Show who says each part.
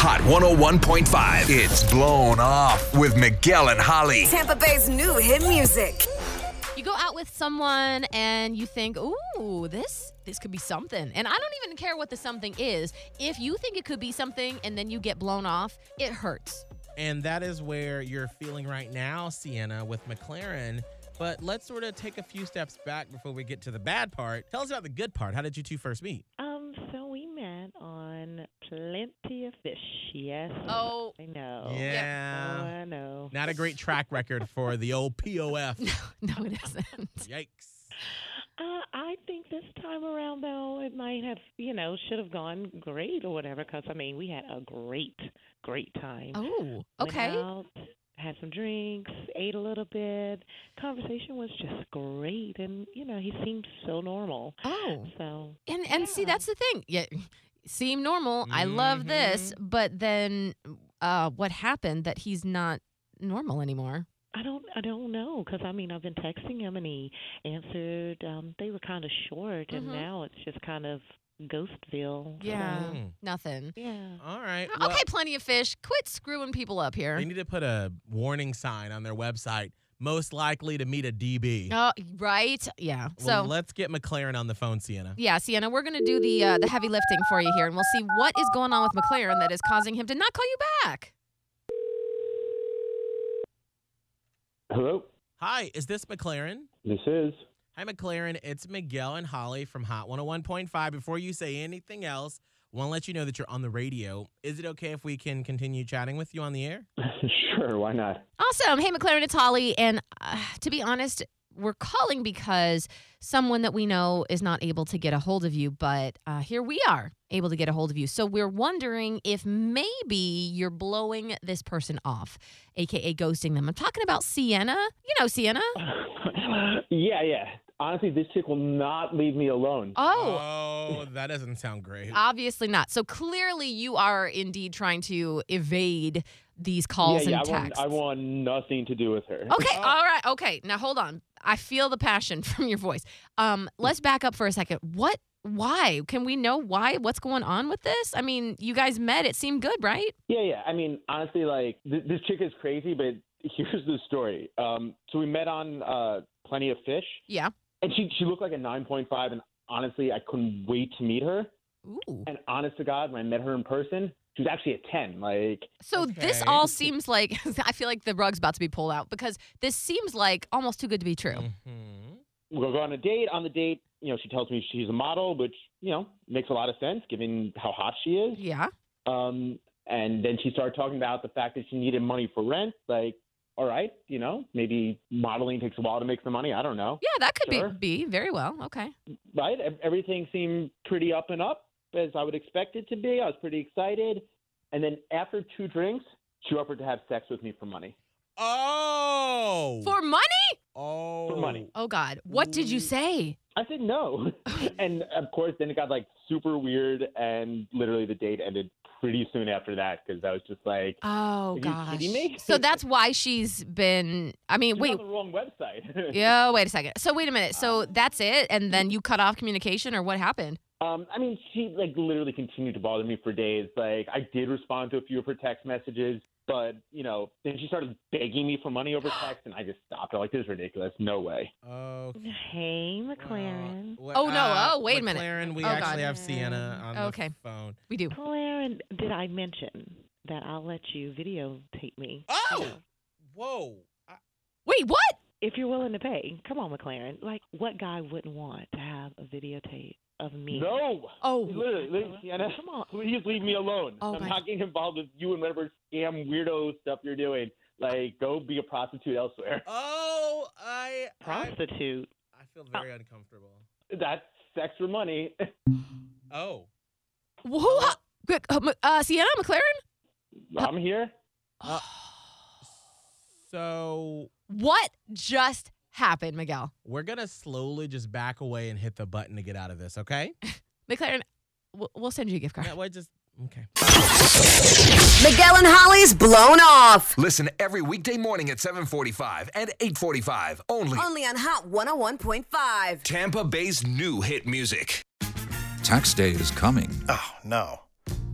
Speaker 1: Hot 101.5. It's blown off with Miguel and Holly.
Speaker 2: Tampa Bay's new hit music.
Speaker 3: You go out with someone and you think, "Ooh, this this could be something." And I don't even care what the something is. If you think it could be something and then you get blown off, it hurts.
Speaker 4: And that is where you're feeling right now, Sienna, with McLaren. But let's sort of take a few steps back before we get to the bad part. Tell us about the good part. How did you two first meet?
Speaker 5: Um, so we met on Plenty of Fish. Yes.
Speaker 3: Oh.
Speaker 5: I know.
Speaker 4: Yeah.
Speaker 5: Oh, I know.
Speaker 4: Not a great track record for the old POF.
Speaker 3: No, it isn't.
Speaker 4: Yikes.
Speaker 5: Uh, I think this time around, though, it might have, you know, should have gone great or whatever, because, I mean, we had a great, great time.
Speaker 3: Oh,
Speaker 5: Went
Speaker 3: okay.
Speaker 5: out, had some drinks, ate a little bit. Conversation was just great. And, you know, he seemed so normal.
Speaker 3: Oh.
Speaker 5: So,
Speaker 3: And and see,
Speaker 5: Yeah.
Speaker 3: that's the thing. Yeah, seem normal. I love this, but then uh, what happened that he's not normal anymore?
Speaker 5: I don't I don't know because I mean I've been texting him and he answered. Um, they were kind of short and
Speaker 3: Mhm.
Speaker 5: now it's just kind of Ghostville. you
Speaker 3: Yeah.
Speaker 5: know?
Speaker 4: Mm.
Speaker 3: Nothing.
Speaker 5: Yeah.
Speaker 4: All right.
Speaker 3: I'll
Speaker 4: well-
Speaker 3: pay plenty of fish. Quit screwing people up here.
Speaker 4: They need to put a warning sign on their website. Most likely to meet a DB.
Speaker 3: Oh, right? Yeah. so
Speaker 4: Well, let's get McLaren on the phone, Sienna.
Speaker 3: yeah, Sienna, we're gonna do the uh, the heavy lifting for you here, and we'll see what is going on with McLaren that is causing him to not call you back.
Speaker 6: Hello,
Speaker 4: Hi, is this McLaren?
Speaker 6: this is.
Speaker 4: Hi, McLaren. It's Miguel and Holly from Hot 101.5. Before you say anything else, want to let you know that you're on the radio. Is it okay if we can continue chatting with you on the air?
Speaker 6: sure, why not?
Speaker 3: Awesome. Hey, McLaren, it's Holly, and uh, to be honest, we're calling because someone that we know is not able to get a hold of you, but uh, here we are able to get a hold of you. So we're wondering if maybe you're blowing this person off, aka ghosting them. I'm talking about Sienna. You know Sienna.
Speaker 6: yeah, yeah. Honestly, this chick will not leave me alone.
Speaker 3: Oh,
Speaker 4: Oh, that doesn't sound great.
Speaker 3: Obviously not. So clearly, you are indeed trying to evade these calls
Speaker 6: yeah, yeah.
Speaker 3: and
Speaker 6: I want,
Speaker 3: texts. Oh.
Speaker 6: I want nothing to do with her.
Speaker 3: Okay, all right, okay. Now hold on. I feel the passion from your voice. Um, let's back up for a second. What? Why? Can we know why? What's going on with this? I mean, you guys met. It seemed good, right?
Speaker 6: Yeah, yeah. I mean, honestly, like th- this chick is crazy, but here's the story. Um, so we met on uh, Plenty of Fish,
Speaker 3: Yeah.
Speaker 6: and she she looked like a 9.5, and honestly, I couldn't wait to meet her.
Speaker 3: Ooh.
Speaker 6: And honest to God, when I met her in person, she was actually a 10. Like,
Speaker 3: So this
Speaker 4: Okay.
Speaker 3: all seems like I feel like the rug's about to be pulled out because this seems like almost too good to be true.
Speaker 6: Mm.
Speaker 4: Mhm.
Speaker 6: we will go on a date. On the date, you know, she tells me she's a model, which you know makes a lot of sense given how hot she is.
Speaker 3: Yeah.
Speaker 6: Um, and then she started talking about the fact that she needed money for rent. Like, all right, you know, maybe modeling takes a while to make some money. I don't know.
Speaker 3: Yeah, that could
Speaker 6: Sure.
Speaker 3: be be very well. Okay.
Speaker 6: Right? Ev- Everything seemed pretty up and up as I would expect it to be. I was pretty excited. And then after two drinks, she offered to have sex with me for money.
Speaker 4: Oh.
Speaker 3: For money?
Speaker 4: oh.
Speaker 6: For money.
Speaker 3: Oh God. What did
Speaker 6: Mm.
Speaker 3: you say?
Speaker 6: I said no. and of course, then it got like super weird. And literally the date ended pretty soon after that because I was just like,
Speaker 3: Oh
Speaker 6: you
Speaker 3: gosh.
Speaker 6: kidding me?
Speaker 3: So that's why she's been. I mean,
Speaker 6: You're
Speaker 3: wait.
Speaker 6: on the Oh. wrong website.
Speaker 3: Yeah, wait a second. So wait a minute. So that's it, and then you cut off communication, or what happened?
Speaker 6: Um, I mean, she like literally continued to bother me for days. Like, I did respond to a few of her text messages, but you know, then she started begging me for money over text, and I just stopped. I'm like, this is ridiculous. No way.
Speaker 4: Okay.
Speaker 5: Hey, McLaren.
Speaker 4: Well,
Speaker 3: Oh, no. Oh, wait a minute.
Speaker 4: McLaren, we
Speaker 3: Oh,
Speaker 4: actually
Speaker 3: God.
Speaker 4: have Sienna on
Speaker 3: Okay.
Speaker 4: the phone.
Speaker 3: We do.
Speaker 5: McLaren, did I mention that I'll let you videotape me?
Speaker 4: Oh!
Speaker 5: You know,
Speaker 4: Whoa. I-
Speaker 3: Wait, what?
Speaker 5: if you're willing to pay, come on, McLaren. Like, what guy wouldn't want to have a videotape of me?
Speaker 6: No.
Speaker 3: Oh,
Speaker 6: Literally, literally, Sienna,
Speaker 5: Come on.
Speaker 6: please leave me alone.
Speaker 3: Oh,
Speaker 6: I'm
Speaker 3: my-
Speaker 6: not getting involved with you and whatever scam weirdo stuff you're doing. Like, go be a prostitute elsewhere.
Speaker 4: Oh, I. I,
Speaker 5: Prostitute.
Speaker 4: I feel very uncomfortable.
Speaker 6: That's sex for money.
Speaker 4: Oh.
Speaker 6: Uh-huh.
Speaker 3: who? Quick, uh, M- uh, Sienna McLaren?
Speaker 6: I'm here.
Speaker 4: So
Speaker 3: What just happened, Miguel?
Speaker 4: we're going to slowly just back away and hit the button to get out of this, okay?
Speaker 3: McLaren, we'll- we'll send you a gift card.
Speaker 4: Yeah, we're just, okay.
Speaker 2: Miguel and Holly's blown off.
Speaker 1: Listen every weekday morning at 745 and 845 only.
Speaker 2: Only on Hot 101.5.
Speaker 1: Tampa Bay's new hit music.
Speaker 7: Tax day is coming.
Speaker 8: Oh, no.